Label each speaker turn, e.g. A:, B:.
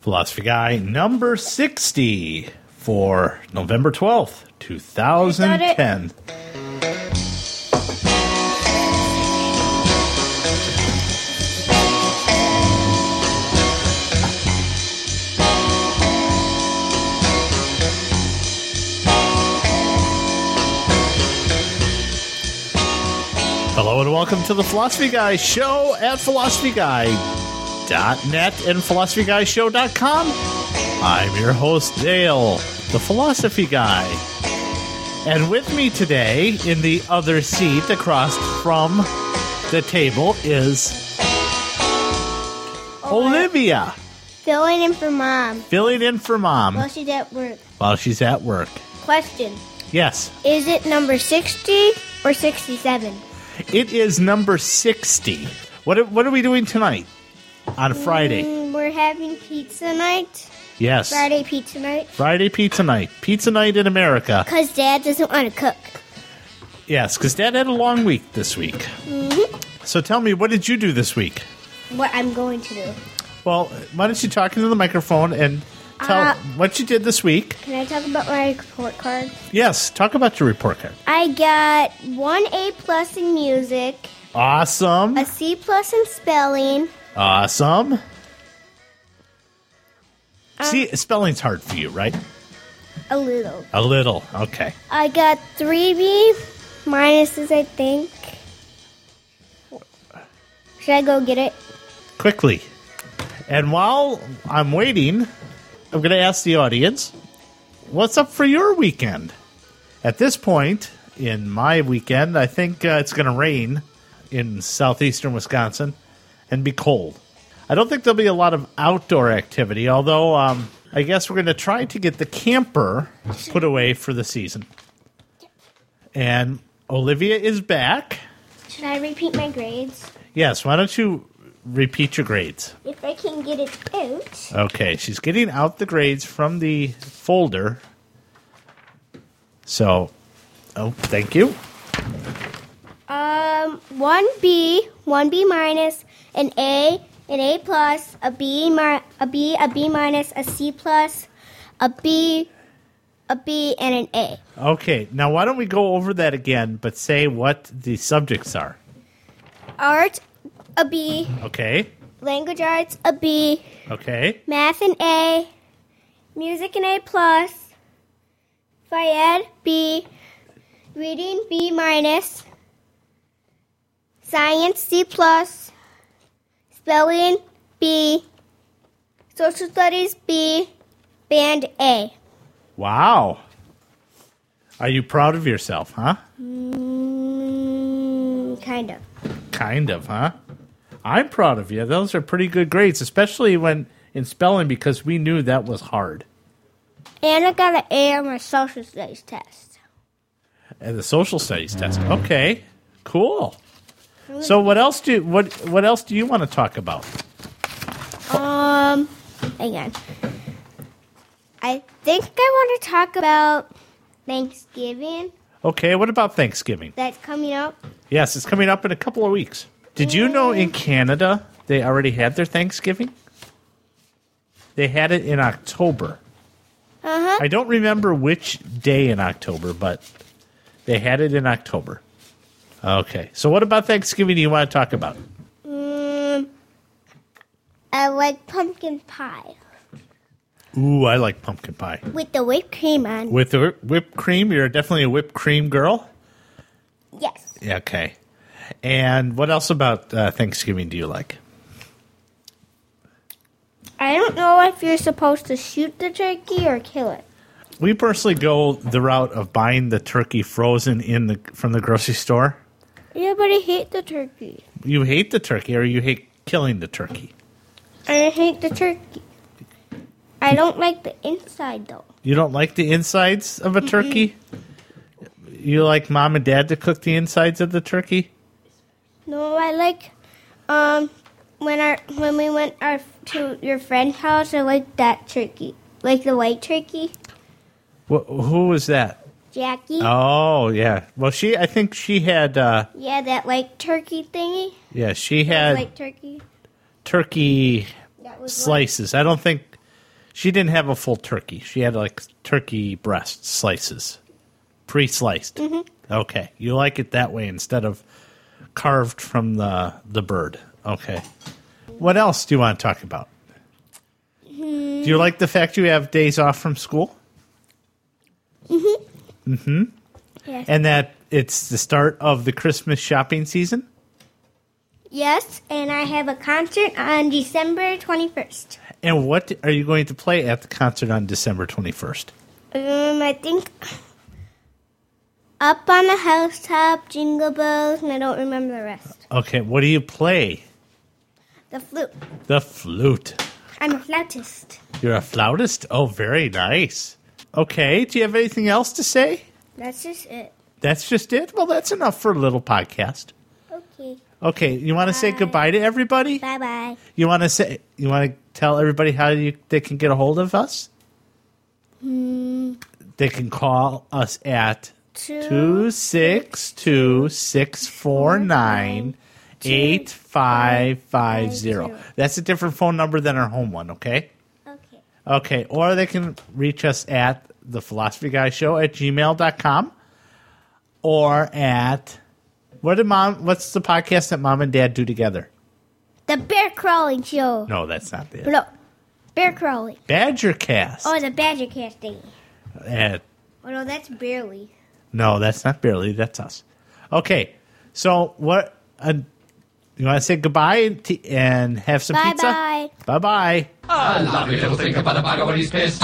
A: Philosophy Guy number 60 for November 12th, 2010. Hello and welcome to the Philosophy Guy Show at philosophyguy.net and philosophyguyshow.com. I'm your host, Dale, the Philosophy Guy. And with me today in the other seat across from the table is Olivia,
B: Filling in for mom
A: filling in for
B: while
A: mom
B: she's at work.
A: while she's at work.
B: Question
A: Yes,
B: Is it number 60 or 67?
A: it is number 60. What are, what are we doing tonight on Friday?
B: Mm, we're having pizza night.
A: Yes.
B: Friday pizza night.
A: Friday pizza night. Pizza night in America.
B: Because dad doesn't want to cook.
A: Yes, because Dad had a long week this week. So tell me, what did you do this week?
B: What I'm going to do.
A: Well, why don't you talk into the microphone and tell
B: Uh,
A: what you did this week?
B: Can I talk about my report card?
A: Yes, talk about your report card.
B: I got one A plus in music,
A: Awesome.
B: a C plus in spelling.
A: Awesome. See, spelling's hard for you, right?
B: A little.
A: A little. Okay.
B: I got three B minuses, I think. Should I go get it?
A: Quickly. And while I'm waiting, I'm going to ask the audience what's up for your weekend? At this point in my weekend, I think uh, it's going to rain in southeastern Wisconsin and be cold. I don't think there'll be a lot of outdoor activity, although um, I guess we're going to try to get the camper put away for the season. And Olivia is back.
B: Should I repeat my grades?
A: Yes, why don't you repeat your grades?
B: If I can get it out.
A: Okay, she's getting out the grades from the folder. So, oh, thank you.
B: Um, one B, one B minus, an A, an A plus, a B, mi- a B, a B minus, a C plus, a B, a B, and an A.
A: Okay, now why don't we go over that again, but say what the subjects are?
B: Art, a B.
A: Okay,
B: Language arts, a B.
A: okay,
B: Math, an A. Music, an A plus. Fayed, B. Reading, B minus. Science, C plus. Spelling, B. Social studies, B. Band, A.
A: wow. Are you proud of yourself, huh?
B: Mm, kind of.
A: Kind of, huh? I'm proud of you. Those are pretty good grades, especially when in spelling, because we knew that was hard.
B: And I got an A on my social studies test.
A: and the social studies test. Okay, cool. So what else do what what else do you want to talk about?
B: Um, hang on. I think I want to talk about Thanksgiving
A: Okay, what about Thanksgiving?
B: that's coming up.
A: Yes, it's coming up in a couple of weeks. Did you know in Canada they already had their Thanksgiving? They had it in October.
B: Uh huh.
A: I don't remember which day in October, but they had it in October. Okay. So what about Thanksgiving do you want to talk about?
B: Um, I like pumpkin pie
A: Ooh, I like pumpkin pie.
B: with the whipped cream on.
A: With the whip- whipped cream, you're definitely a whipped cream girl.
B: yes.
A: Yeah, Okay. And what else about uh, Thanksgiving do you like?
B: I don't know if you're supposed to shoot the turkey or kill it.
A: We personally go the route of buying the turkey frozen in the from the grocery store.
B: Yeah, but I hate the turkey.
A: You hate the turkey, or you hate killing the turkey.
B: I hate the turkey. I don't like the inside though.
A: You don't like the insides of a turkey. You like mom and dad to cook the insides of the turkey.
B: No, I like um when our when we went our to your friend's house. I like that turkey, like the white turkey,
A: Wh- who was that?
B: Jackie.
A: Oh yeah. Well, she. I think she had. Uh,
B: Yeah, that like turkey thingy,
A: yeah, she had
B: like turkey.
A: turkey
B: That was
A: slices. I don't think She didn't have a full turkey. She had like turkey breast slices, pre sliced. Okay. You like it that way instead of carved from the, the bird. Okay. What else do you want to talk about? Do you like the fact you have days off from school? Mm-hmm.
B: Yes.
A: and that it's the start of the Christmas shopping season.
B: yes, and I have a concert on December 21st.
A: And what are you going to play at the concert on December 21st?
B: Um, I think up on the housetop, jingle bells, and I don't remember the rest.
A: Okay, what do you play?
B: The flute.
A: The flute.
B: I'm a flautist.
A: You're a flautist? Oh, very nice. Okay, do you have anything else to say?
B: That's just it.
A: That's just it? Well, that's enough for a little podcast.
B: Okay.
A: Okay, you want to say
B: Bye.
A: goodbye to everybody?
B: Bye bye.
A: You want to say you want to tell everybody how you they can get a hold of us? Hmm. They can call us at Two six two six four nine eight five five zero. That's a different phone number than our home one, okay?
B: Okay.
A: Okay, or they can reach us at the philosophy guy show at gmail.com or at what did mom what's the podcast that mom and dad do together?
B: The bear crawling show.
A: No, that's not it.
B: No. Bear crawling.
A: Badgercast
B: Oh, the badger casting.
A: at
B: Oh no, that's barely.
A: No, that's not barely. That's us. Okay. So what? Uh, you want to say goodbye and, t- and have some
B: Bye
A: pizza?
B: bye.
A: Bye bye.
C: A lovely little thing about a bugger when he's pissed.